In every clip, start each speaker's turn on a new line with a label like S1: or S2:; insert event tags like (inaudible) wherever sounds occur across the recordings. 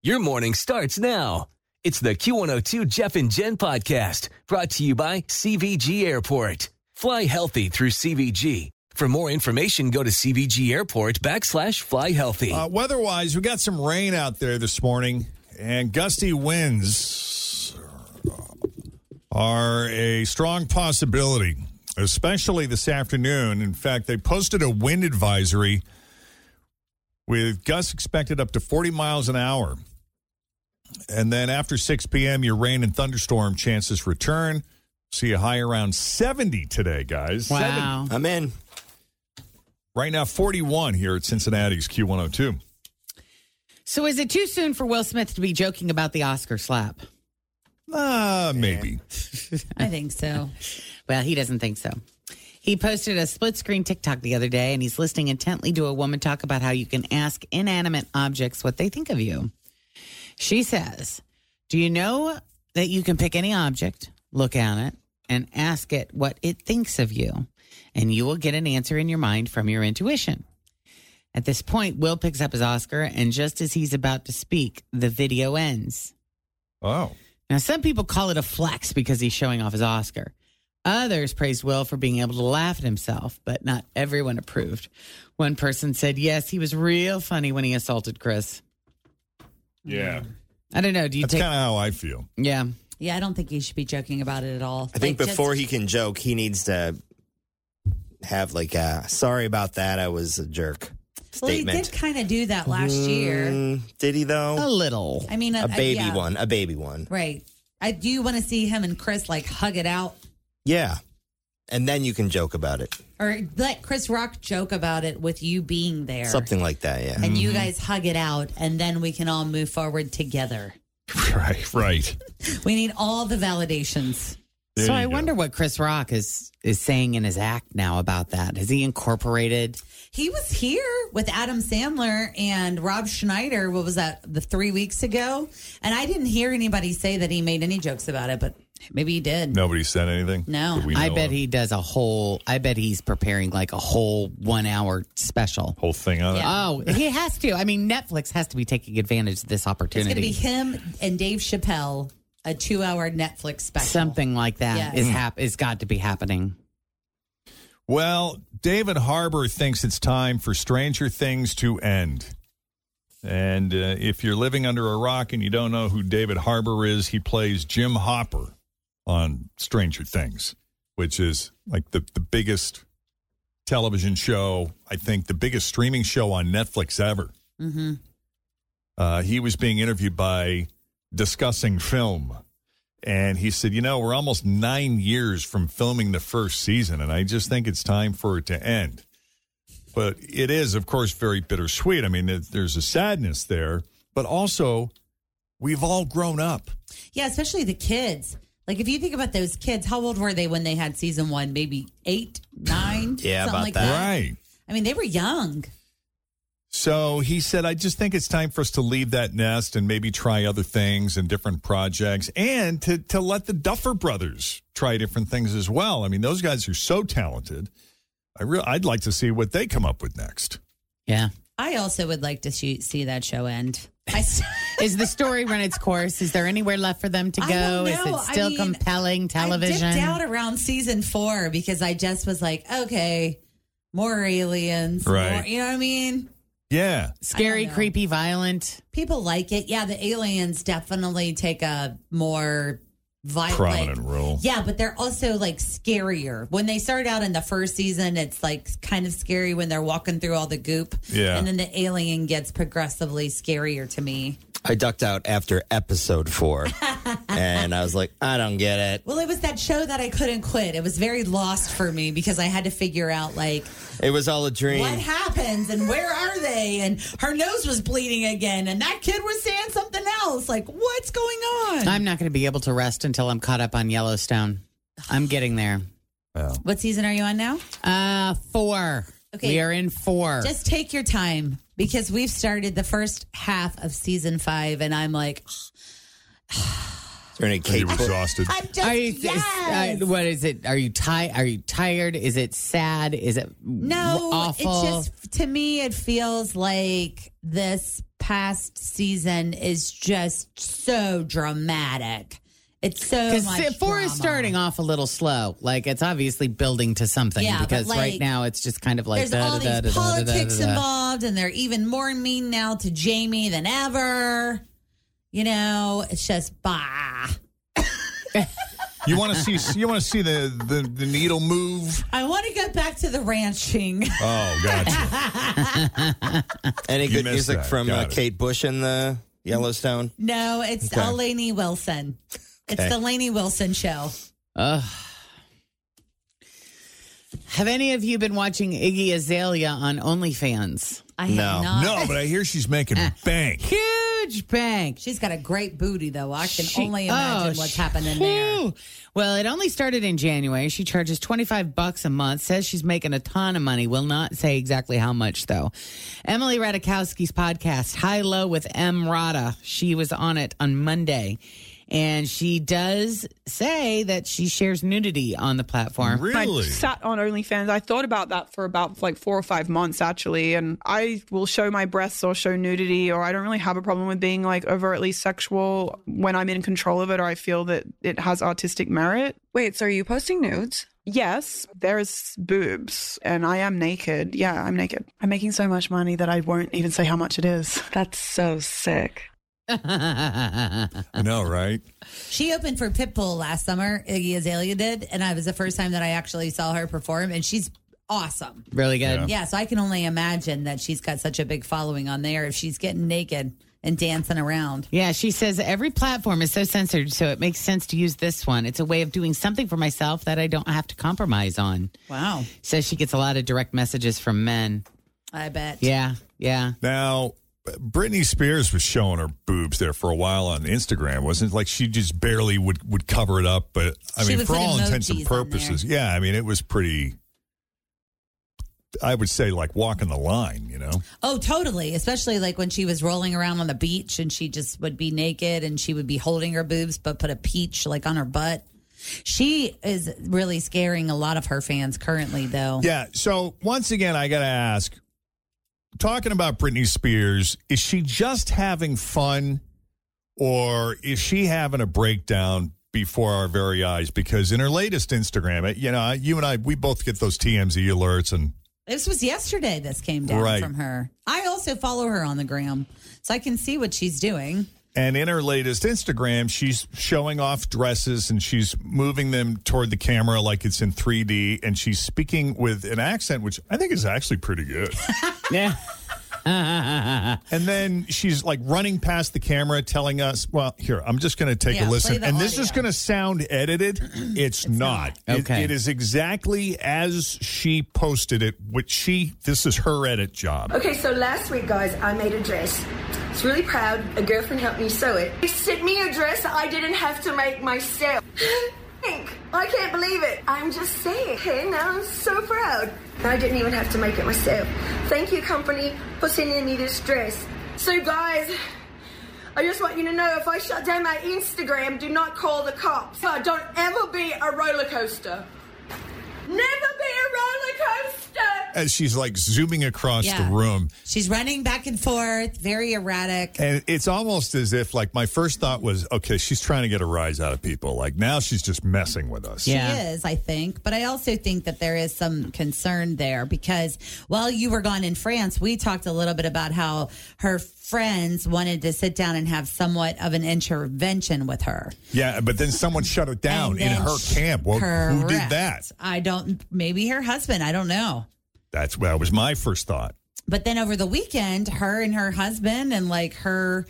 S1: Your morning starts now. It's the Q102 Jeff and Jen podcast brought to you by CVG Airport. Fly healthy through CVG. For more information, go to CVG Airport backslash fly healthy.
S2: Uh, weather-wise, we got some rain out there this morning, and gusty winds are a strong possibility, especially this afternoon. In fact, they posted a wind advisory with gusts expected up to 40 miles an hour. And then after 6 p.m., your rain and thunderstorm chances return. See a high around 70 today, guys.
S3: Wow.
S4: I'm in.
S2: Right now, 41 here at Cincinnati's Q102.
S3: So is it too soon for Will Smith to be joking about the Oscar slap?
S2: Ah, maybe.
S5: I think so.
S3: (laughs) Well, he doesn't think so. He posted a split screen TikTok the other day and he's listening intently to a woman talk about how you can ask inanimate objects what they think of you. She says, Do you know that you can pick any object, look at it, and ask it what it thinks of you? And you will get an answer in your mind from your intuition. At this point, Will picks up his Oscar, and just as he's about to speak, the video ends.
S2: Oh.
S3: Now, some people call it a flex because he's showing off his Oscar. Others praised Will for being able to laugh at himself, but not everyone approved. One person said, yes, he was real funny when he assaulted Chris.
S2: Yeah.
S3: I don't know. Do you
S2: That's
S3: take.
S2: kind of how I feel.
S3: yeah.
S5: Yeah, I don't think you should be joking about it at all.
S4: I think
S5: Like, just-
S4: before he can joke, he needs to have like a sorry about that. I was a jerk
S5: well, he
S4: statement.
S5: did kind of do that last year.
S4: Mm, did he
S3: A
S2: Oh.
S4: though?
S3: little.
S5: I mean, uh,
S4: A, baby
S5: yeah,
S4: one. A baby one.
S5: right? I do you want to see him and Chris like hug it out,
S4: Yeah. And then you can joke about it.
S5: or let Chris Rock joke about it with you being there,
S4: Something Mm-hmm. like that. Yeah.
S5: and you guys hug it out, and then we can all move forward together.
S2: (laughs) Right, right.
S5: We need all the validations.
S2: There
S3: so
S2: you
S3: I
S2: go.
S3: wonder what Chris Rock is is saying in his act now about that. Has he incorporated?
S5: He was here with Adam Sandler and Rob Schneider. What was that? The three weeks ago, and I didn't hear anybody say that he made any jokes about it, but maybe he did.
S2: Nobody said anything?
S5: No.
S2: that we
S3: I
S2: know
S3: bet
S2: of?
S3: he does a whole. I bet he's preparing like a whole one hour special.
S2: Whole thing on it.
S3: Oh, he has to. I mean, Netflix has to be taking advantage of this
S5: It's going to be
S3: opportunity.
S5: him and Dave Chappelle, a two-hour Netflix special.
S3: Something like that
S5: Yeah.
S3: is hap- is got to be happening.
S2: Well, David Harbour thinks it's time for Stranger Things to end. And uh, if you're living under a rock and you don't know who David Harbour is, he plays Jim Hopper on Stranger Things, which is like the, the biggest television show, I think the biggest streaming show on Netflix ever.
S5: Mm-hmm.
S2: Uh, he was being interviewed by discussing film. And he said, You know, we're almost nine years from filming the first season, and I just think it's time for it to end. But it is, of course, very bittersweet. I mean, it, there's a sadness there, but also we've all grown up.
S5: Yeah, especially the kids. Like, if you think about those kids, how old were they when they had season one? Maybe eight, nine?
S4: Yeah,
S5: something
S4: about
S5: like
S4: that.
S5: that.
S2: Right.
S5: I mean, they were young.
S2: So he said, I just think it's time for us to leave that nest and maybe try other things and different projects and to, to let the Duffer brothers try different things as well. I mean, those guys are so talented. I re- I'd like to see what they come up with next.
S3: Yeah.
S5: I also would like to see, see that show end. I, s-
S3: Is the story run its course? Is there anywhere left for them to go?
S5: I don't
S3: Is it
S5: know. I
S3: still
S5: mean,
S3: compelling television?
S5: I dipped out around season four because I just was like, okay, more aliens.
S2: Right.
S5: more- you know what I mean?
S2: Yeah.
S3: Scary,
S5: know.
S3: creepy, violent.
S5: People like it. Yeah, the aliens definitely take a more violent
S2: Prominent role.
S5: Yeah, but they're also like scarier. When they start out in the first season, it's like kind of scary when they're walking through all the goop.
S2: Yeah.
S5: And then the alien gets progressively scarier to me.
S4: I ducked out after episode four,
S5: (laughs)
S4: and I was like, I don't get it.
S5: Well, it was that show that I couldn't quit. It was very lost for me because I had to figure out like
S4: It was all a dream.
S5: what happens and where are they? And her nose was bleeding again, and that kid was saying something else. Like, what's going on?
S3: I'm not going to be able to rest until I'm caught up on Yellowstone. I'm getting there.
S5: What season are you on now?
S3: Uh, four.
S5: Okay.
S3: We are in four.
S5: Just take your time because we've started the first half of season five, and I'm like,
S4: Is there any cake?
S2: You're exhausted.
S5: I'm just
S3: are you, is-
S5: yes.
S3: uh, what is it? Are you tired? Are you tired? Is it sad? Is it
S5: no,
S3: awful?
S5: it's just to me, it feels like this past season is just so dramatic. It's so
S3: because
S5: much
S3: four
S5: drama.
S3: is starting off a little slow. Like it's obviously building to something.
S5: Yeah, but
S3: because
S5: like,
S3: right now it's just kind of like
S5: There's all
S3: da- da-
S5: these
S3: da- da- da- da- da-
S5: politics
S3: da- da.
S5: involved, and they're even more mean now to Jamie than ever. You know, it's just bah.
S2: You want to see? You want to see the, the the needle move?
S5: I want to get back to the ranching. (laughs)
S2: Oh, gotcha.
S4: Any
S2: You
S4: good
S2: missed
S4: music
S2: that.
S4: from
S2: Got
S4: uh,
S2: it.
S4: Kate Bush in the Yellowstone?
S5: No, it's
S4: Okay.
S5: Elaney Wilson. It's
S4: Okay.
S5: the Laney Wilson show.
S3: Ugh. Have any of you been watching Iggy Azalea on OnlyFans?
S5: I have
S4: No.
S5: not.
S2: No, but I hear she's making bank.
S3: Huge bank.
S5: She's got a great booty, though. I can
S3: She-
S5: only imagine
S3: oh,
S5: what's
S3: she-
S5: happening there.
S3: Whew. Well, it only started in January. She charges 25 bucks a month, says she's making a ton of money, will not say exactly how much though. Emily Radikowski's podcast, High Low with M. Rada, she was on it on Monday. And she does say that she shares nudity on the platform.
S2: Really?
S6: I sat on OnlyFans. I thought about that for about like four or five months actually, and I will show my breasts or show nudity, or I don't really have a problem with being like overtly sexual when I'm in control of it, or I feel that it has artistic merit.
S7: Wait, so are you posting nudes?
S6: Yes, there's boobs, and I am naked. Yeah, I'm naked. I'm making so much money that I won't even say how much it is.
S7: That's so sick.
S2: I know, right?
S5: She opened for Pitbull last summer. Iggy Azalea did, and I was the first time that I actually saw her perform, and she's awesome.
S3: (laughs) really good.
S5: Yeah, so I can only imagine that she's got such a big following on there if she's getting naked and dancing around.
S3: Yeah, she says every platform is so censored, so it makes sense to use this one. It's a way of doing something for myself that I don't have to compromise on.
S5: Wow.
S3: Says she gets a lot of direct messages from men.
S5: I bet.
S3: Yeah, yeah.
S2: Now, Britney Spears was showing her boobs there for a while on Instagram, wasn't it? Like she just barely would would cover it up, but I
S5: She
S2: mean,
S5: would
S2: for
S5: put
S2: all intents
S5: emojis
S2: and
S5: on there.
S2: purposes, yeah. I mean, it was pretty. I would say like walking the line, you know.
S5: Oh, totally. Especially like when she was rolling around on the beach and she just would be naked and she would be holding her boobs, but put a peach like on her butt. She is really scaring a lot of her fans currently, though.
S2: Yeah. So once again, I got to ask talking about Britney Spears, is she just having fun or is she having a breakdown before our very eyes? Because in her latest Instagram, you know, you and I, we both get those TMZ alerts and
S5: This was yesterday this came down
S2: Right.
S5: from her. I also follow her on the gram, so I can see what she's doing.
S2: And in her latest Instagram, she's showing off dresses and she's moving them toward the camera like it's in 3D. And she's speaking with an accent, which I think is actually pretty good. (laughs)
S3: Yeah.
S2: and then she's like running past the camera, telling us, "Well, here, I'm just going to take
S5: Yeah,
S2: a
S5: play
S2: listen."
S5: the
S2: And this is
S5: audio.
S2: going to sound
S5: (clears throat)
S2: edited. It's, not. It-
S3: Okay.
S2: it is exactly as she posted it. Which she, this is her edit job.
S8: Okay, so last week, guys, I made a dress. It's really proud. A girlfriend helped me sew it. They sent me a dress I didn't have to make myself. (gasps) Pink. I can't believe it. I'm just saying. And I'm so proud. I didn't even have to make it myself. Thank you, company, for sending me this dress. So, guys, I just want you to know if I shut down my Instagram, do not call the cops. Uh, Don't ever be a roller coaster. Never be a roller coaster.
S2: as she's like zooming across
S5: Yeah.
S2: the room.
S5: She's running back and forth, very erratic.
S2: And it's almost as if, like, my first thought was, okay, she's trying to get a rise out of people. Like, now she's just messing with us.
S5: She is, I think. But I also think that there is some concern there because while you were gone in France, we talked a little bit about how her friends wanted to sit down and have somewhat of an intervention with her.
S2: Yeah, but then someone shut it down in
S5: And
S2: her
S5: sh-
S2: camp. Well, who did
S5: Correct.
S2: that?
S5: I don't, maybe her husband. I don't know.
S2: That's that was my first thought.
S5: But then over the weekend, her and her husband and like her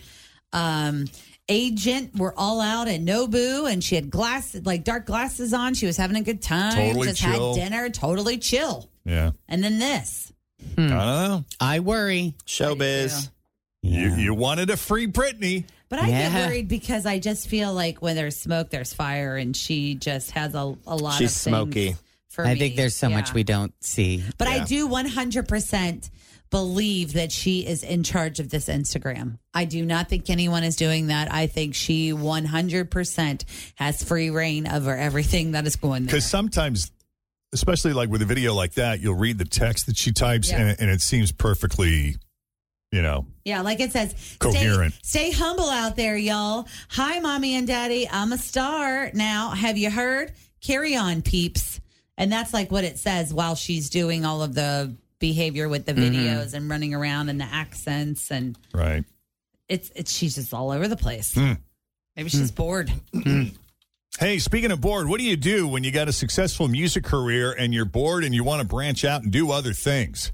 S5: um agent were all out at Nobu and she had glasses like dark glasses on. She was having a good time.
S3: Totally
S5: just
S3: chill.
S5: had dinner, totally chill.
S2: Yeah.
S5: And then this.
S2: I don't know.
S3: I worry.
S4: Showbiz.
S2: You, you wanted a free Britney.
S5: But I get worried because I just feel like when there's smoke, there's fire, and she just has a, a lot of things For
S3: I
S5: me.
S3: think there's so much
S5: Yeah.
S3: we don't see.
S5: But I do 100% believe that she is in charge of this Instagram. I do not think anyone is doing that. I think she 100% has free reign over everything that is going there.
S2: Because sometimes, especially like with a video like that, you'll read the text that she types
S5: Yeah.
S2: and, and it seems perfectly, you know,
S5: Yeah, like it says,
S2: Coherent.
S5: Stay, stay humble out there, y'all. Hi, mommy and daddy. I'm a star now. Have you heard? Carry on, peeps. And that's like what it says while she's doing all of the behavior with the
S2: Mhm.
S5: videos and running around and the accents and
S2: right?
S5: it's it's she's just all over the place.
S2: Hmm.
S5: Maybe she's bored.
S2: Hey, speaking of bored, what do you do when you got a successful music career and you're bored and you want to branch out and do other things?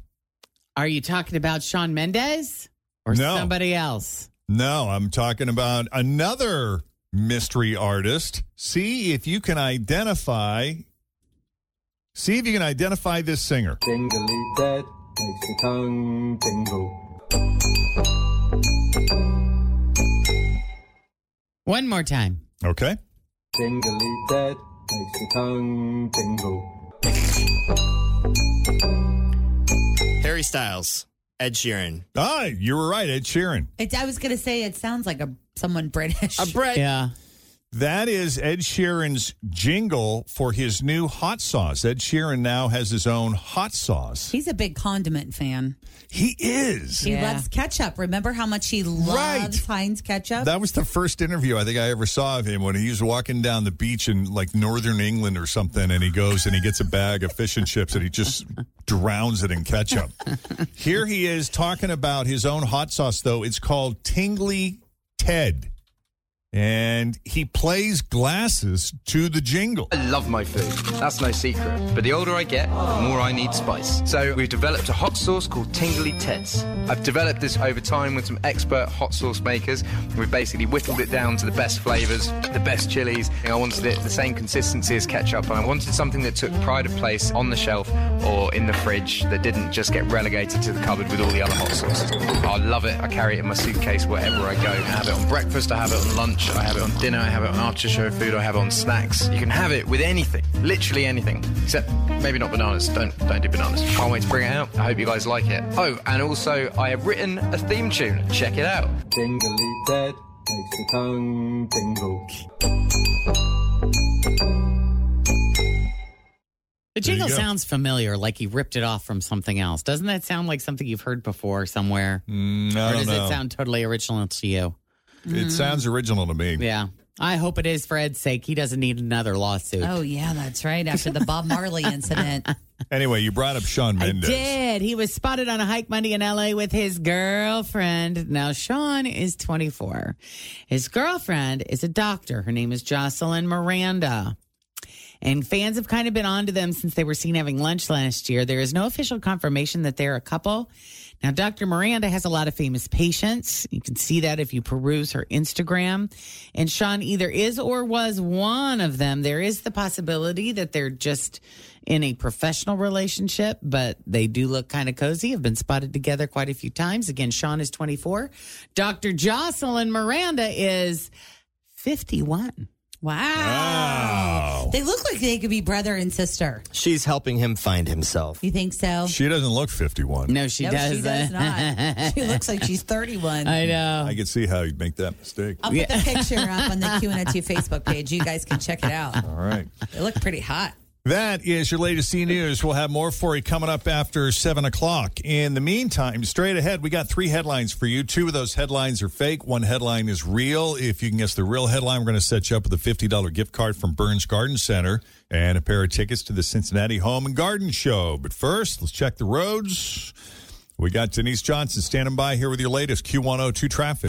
S3: Are you talking about Sean Mendez or
S2: No.
S3: somebody else?
S2: No, I'm talking about another mystery artist. See if you can identify. See if you can identify this singer.
S9: Dingly dead makes the tongue tingle.
S3: One more time.
S2: Okay.
S9: Dingly dead makes the tongue tingle.
S4: Harry Styles, Ed Sheeran.
S2: Ah, you were right, Ed Sheeran.
S5: It, I was gonna say it sounds like a someone British. A
S4: Brit.
S3: Yeah.
S2: That is Ed Sheeran's jingle for his new hot sauce. Ed Sheeran now has his own hot sauce.
S5: He's a big condiment fan.
S2: He is.
S5: He loves ketchup. Remember how much he loves Heinz ketchup?
S2: That was the first interview I think I ever saw of him when he was walking down the beach in like northern England or something, and he goes and he gets a bag of fish and chips and he just drowns it in ketchup. Here he is talking about his own hot sauce, though. It's called Tingly Ted, and he plays glasses to the jingle.
S10: I love my food. That's no secret. But the older I get, the more I need spice. So we've developed a hot sauce called Tingly Ted's. I've developed this over time with some expert hot sauce makers. We've basically whittled it down to the best flavors, the best chilies. And I wanted it the same consistency as ketchup, and I wanted something that took pride of place on the shelf or in the fridge that didn't just get relegated to the cupboard with all the other hot sauces. I love it. I carry it in my suitcase wherever I go. I have it on breakfast, I have it on lunch, I have it on dinner, I have it on after show food, I have it on snacks. You can have it with anything, literally anything, except maybe not bananas. Don't don't do bananas. Can't wait to bring it out. I hope you guys like it. Oh, and also I have written a theme tune. Check it out.
S9: Dingly dead makes the tongue tingle.
S3: The
S9: There you
S3: jingle
S9: go.
S3: sounds familiar, like he ripped it off from something else. Doesn't that sound like something you've heard before somewhere?
S2: Mm, I don't
S3: or does
S2: know.
S3: it sound totally original to you?
S2: It sounds original to me.
S3: Mm-hmm. Yeah. I hope it is for Ed's sake. He doesn't need another lawsuit.
S5: Oh yeah, that's right. After the Bob Marley incident.
S2: Anyway, you brought up Sean Mendes.
S3: Did. He was spotted on a hike Monday in LA with his girlfriend. Now, Sean is 24. His girlfriend is a doctor. Her name is Jocelyn Miranda. And fans have kind of been onto them since they were seen having lunch last year. There is no official confirmation that they're a couple. Now, Dr. Miranda has a lot of famous patients. You can see that if you peruse her Instagram. And Sean either is or was one of them. There is the possibility that they're just in a professional relationship, but they do look kind of cozy. Have been spotted together quite a few times. Again, Sean is 24. Dr. Jocelyn Miranda is 51.
S5: Wow. They look like they could be brother and sister.
S4: She's helping him find himself.
S5: You think so?
S2: She doesn't look 51.
S3: No, she
S5: No, she does not. she looks like she's 31.
S3: I know.
S2: I could see how you'd make that mistake.
S5: I'll put the picture up on the Q and A two Facebook page. You guys can check it out.
S3: (laughs)
S2: All right.
S5: They look pretty hot.
S2: That is your latest E News. We'll have more for you coming up after 7 o'clock. In the meantime, straight ahead, we got three headlines for you. Two of those headlines are fake, one headline is real. If you can guess the real headline, we're going to set you up with a $50 gift card from Burns Garden Center and a pair of tickets to the Cincinnati Home and Garden Show. But first, let's check the roads. We got Denise Johnson standing by here with your latest Q102 traffic.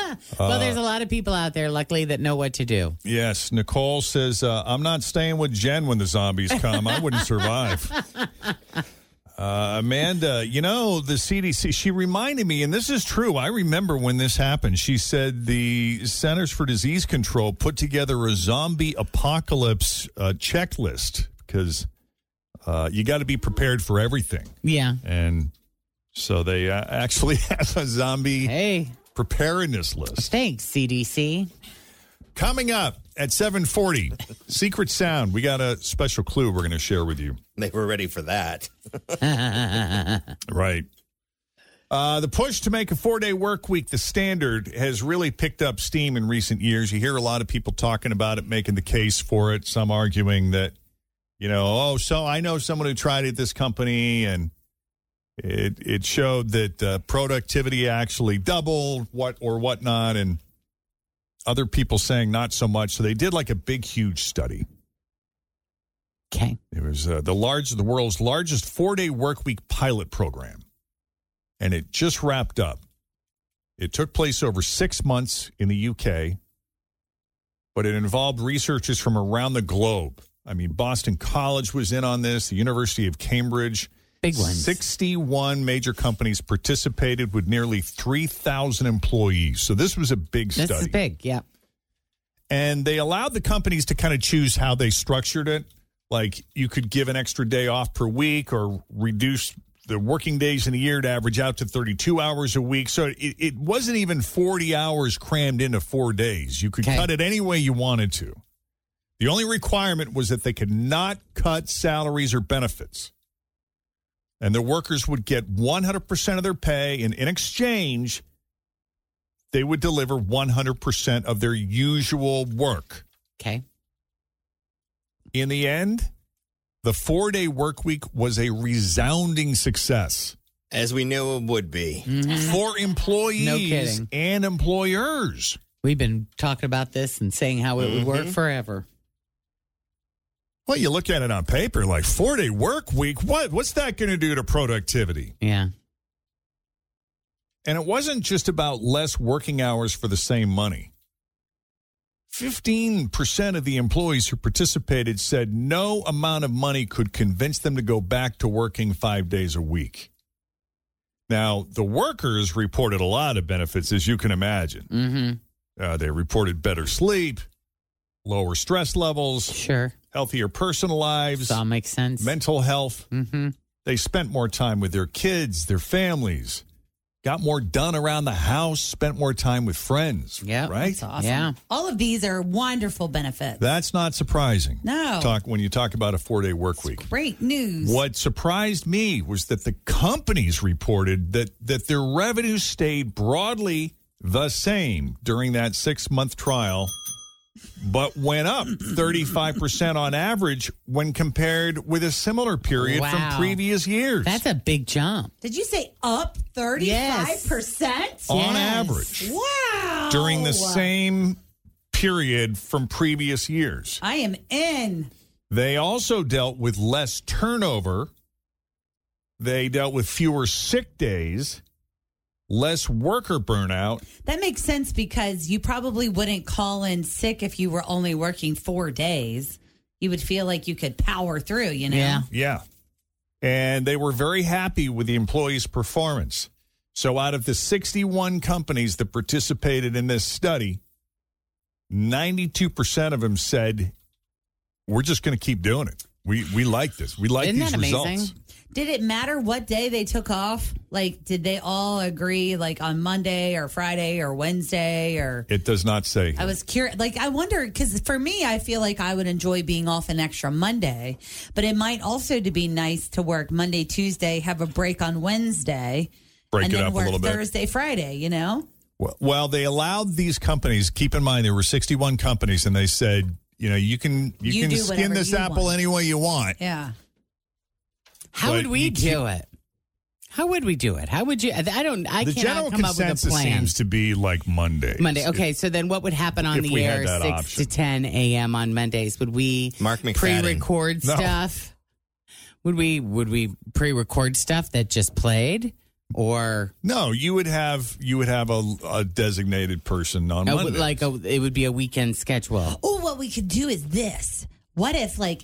S2: Uh,
S3: there's a lot of people out there, luckily, that know what to do.
S2: Yes, Nicole says, uh, I'm not staying with Jen when the zombies come. I wouldn't survive. Uh, Amanda, you know, the CDC, she reminded me, and this is true. I remember when this happened. She said the Centers for Disease Control put together a zombie apocalypse uh, checklist because uh, you got to be prepared for everything.
S3: Yeah.
S2: And so they uh, actually (laughs) have a zombie preparedness list.
S3: Thanks, (laughs) CDC.
S2: Coming up at 740, Secret Sound. We got a special clue we're going to share with you.
S4: They were ready for that.
S2: right. Uh, the push to make a four day work week the standard has really picked up steam in recent years. You hear a lot of people talking about it, making the case for it, some arguing that, you know, oh, so I know someone who tried it at this company and it, it showed that uh, productivity actually doubled what or whatnot. And other people saying not so much. So they did like a big, huge study.
S3: Okay.
S2: It was uh, the large, the world's largest four-day work week pilot program, and it just wrapped up. It took place over six months in the UK, but it involved researchers from around the globe. I mean, Boston College was in on this, the University of Cambridge.
S3: Big ones.
S2: 61 major companies participated with nearly 3,000 employees. So this was a big
S3: This
S2: study
S3: is big. Yeah.
S2: and they allowed the companies to kind of choose how they structured it. Like you could give an extra day off per week or reduce the working days in a year to average out to 32 hours a week. So it, it wasn't even 40 hours crammed into four days. You could cut it any way you wanted to. The only requirement was that they could not cut salaries or benefits. And the workers would get 100% of their pay, and in exchange, they would deliver 100% of their usual work.
S3: Okay.
S2: In the end, the four day work week was a resounding success.
S4: As we knew it would be.
S2: For employees
S3: No kidding.
S2: and employers.
S3: We've been talking about this and saying how it would work
S2: Mhm.
S3: forever.
S2: Well, you look at it on paper, like four day work week, what what's that gonna do to productivity?
S3: Yeah.
S2: And it wasn't just about less working hours for the same money. 15% of the employees who participated said no amount of money could convince them to go back to working five days a week. Now, the workers reported a lot of benefits, as you can imagine.
S3: Mm-hmm.
S2: Uh, they reported better sleep, lower stress levels,
S3: sure,
S2: healthier personal lives.
S3: This all makes sense.
S2: Mental health.
S3: Mm-hmm.
S2: They spent more time with their kids, their families, got more done around the house, spent more time with friends. Yeah, right.
S5: That's awesome. All of these are wonderful benefits.
S2: That's not surprising.
S5: No.
S2: Talk when you talk about a four-day work week.
S5: Great news.
S2: What surprised me was that the companies reported that that their revenue stayed broadly the same during that 6-month trial but went up 35% on average when compared with a similar period
S3: Wow.
S2: from previous years.
S3: That's a big jump.
S5: Did you say up 35%?
S2: On average.
S5: Wow.
S2: during the same period from previous years.
S5: I am in.
S2: They also dealt with less turnover. They dealt with fewer sick days, less worker burnout.
S5: That makes sense because you probably wouldn't call in sick if you were only working four days. You would feel like you could power through, you know?
S2: Yeah. And they were very happy with the employees' performance. So, out of the 61 companies that participated in this study, 92% of them said, We're just going to keep doing it. We, we like this. We like these results.
S5: Did it matter what day they took off? Like, did they all agree, like on Monday or Friday or Wednesday or?
S2: It does not say.
S5: I was curious. Like, I wonder because for me, I feel like I would enjoy being off an extra Monday, but it might also to be nice to work Monday, Tuesday, have a break on Wednesday,
S2: Break
S5: and
S2: it
S5: then
S2: up a
S5: work
S2: little bit.
S5: Thursday, Friday. You know,
S2: Well- Well, they allowed these companies. Keep in mind, there were 61 companies, and they said, you know, you can you,
S5: You
S2: can
S5: do
S2: skin
S5: whatever
S2: this
S5: you
S2: apple
S5: want.
S2: any way you want.
S5: yeah.
S3: How
S2: But
S3: would we
S2: you
S3: do
S2: keep-
S3: it? How would we do it? How would you? I don't. I
S2: the
S3: cannot
S2: general
S3: come up with a
S2: consensus
S3: plan.
S2: seems to be like Monday.
S3: Monday. Okay, so then what would happen on
S2: If
S3: the
S2: we
S3: air
S2: had that
S3: 6
S2: option.
S3: to 10 a.m. on Mondays? Would we
S4: Mark McFadden.
S3: pre-record
S4: No.
S3: stuff? Would we would we pre-record stuff that just played or
S2: No, you would have you would have a, a designated person on
S3: a-
S2: Monday.
S3: like a, it would be a weekend schedule?
S5: Oh, what we could do is this. What if like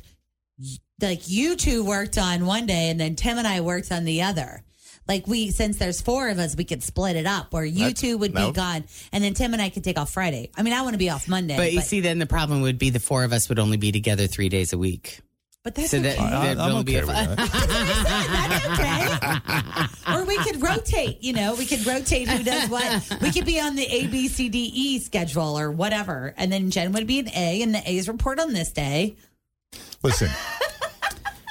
S5: y- like you two worked on one day and then Tim and I worked on the other? Like we since there's four of us, we could split it up where you
S3: That's-
S5: two would
S3: no.
S5: be gone and then Tim and I could take off Friday. I mean, I want to be off Monday.
S3: But you see, then the problem would be the four of us would only be together three days a week.
S5: But that's
S3: so that,
S5: okay. I-
S3: that'd
S5: I'm
S3: only be a
S5: okay
S3: fi-
S5: with (laughs) or we could rotate, you know, we could rotate who does what. We could be on the A B C D E schedule or whatever. And then Jen would be an A and the A's report on this day. (laughs)
S2: Listen,
S3: (laughs)
S5: oh.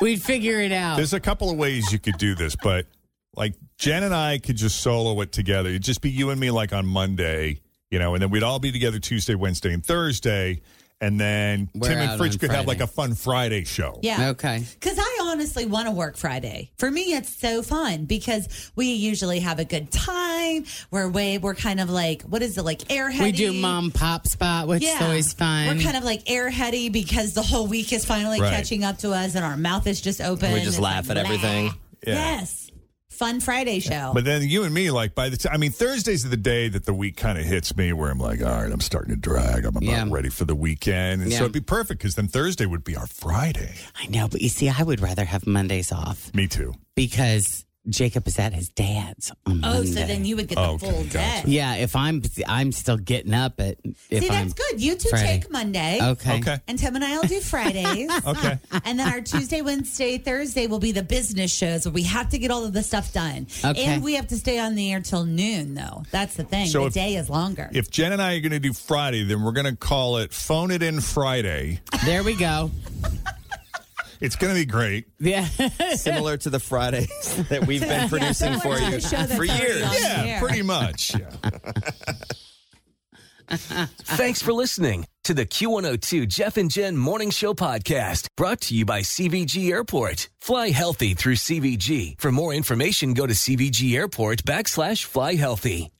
S3: We'd figure it out.
S2: there's a couple of ways you could do this, but like Jen and I could just solo it together. It'd just be you and me like on Monday, you know, and then we'd all be together Tuesday, Wednesday, and Thursday, and then
S5: We're
S2: Tim and
S5: out
S2: Fritz
S5: on
S2: could have like
S5: Friday.
S2: a fun Friday show.
S5: Yeah.
S3: Okay.
S5: Because I honestly want to work Friday. For me, it's so fun because we usually have a good time. We're way, we're kind of like, what is it, like airheady?
S3: We do mom pop spot, which is always fun.
S5: We're kind of like airheady because the whole week is finally
S3: Right.
S5: catching up to us and our mouth is just open.
S4: We just
S5: It's
S4: laugh
S5: like,
S4: at everything.
S5: "Blah." Yes. Fun Friday show.
S2: But then you and me, like by the time, I mean, Thursdays are the day that the week kind of hits me where I'm like, all right, I'm starting to drag. I'm about
S3: Yeah.
S2: ready for the weekend. And
S3: Yeah.
S2: so it'd be perfect because then Thursday would be our Friday.
S3: I know, but you see, I would rather have Mondays off.
S2: Me too.
S3: Because Jacob is at his dad's on
S5: oh,
S3: Monday.
S5: so then you would get the full day.
S3: Yeah, if I'm I'm still getting up at. If
S5: See, that's
S3: I'm
S5: good. You two
S3: Friday.
S5: take Monday.
S3: Okay. Okay.
S5: And Tim and I will do Fridays.
S2: okay.
S5: And then our Tuesday, Wednesday, Thursday will be the business shows where we have to get all of the stuff done.
S2: Okay.
S5: And we have to stay on the air till noon, though. That's the thing.
S2: So
S5: the
S2: if-
S5: day is longer.
S2: If Jen and I are going to do Friday, then we're going to call it Phone It In Friday.
S3: There we go.
S2: It's going to be great.
S5: (laughs)
S3: Yeah. (laughs)
S4: Similar to the Fridays (laughs) that we've been
S2: Yeah,
S4: producing
S2: similar
S4: for
S2: to
S4: you
S2: the show that's
S4: for
S2: already
S4: years.
S2: on the Yeah, air. pretty much.
S1: Thanks for listening to the Q102 Jeff and Jen Morning Show Podcast, brought to you by CVG Airport. Fly healthy through CVG. For more information, go to CVG Airport backslash fly healthy.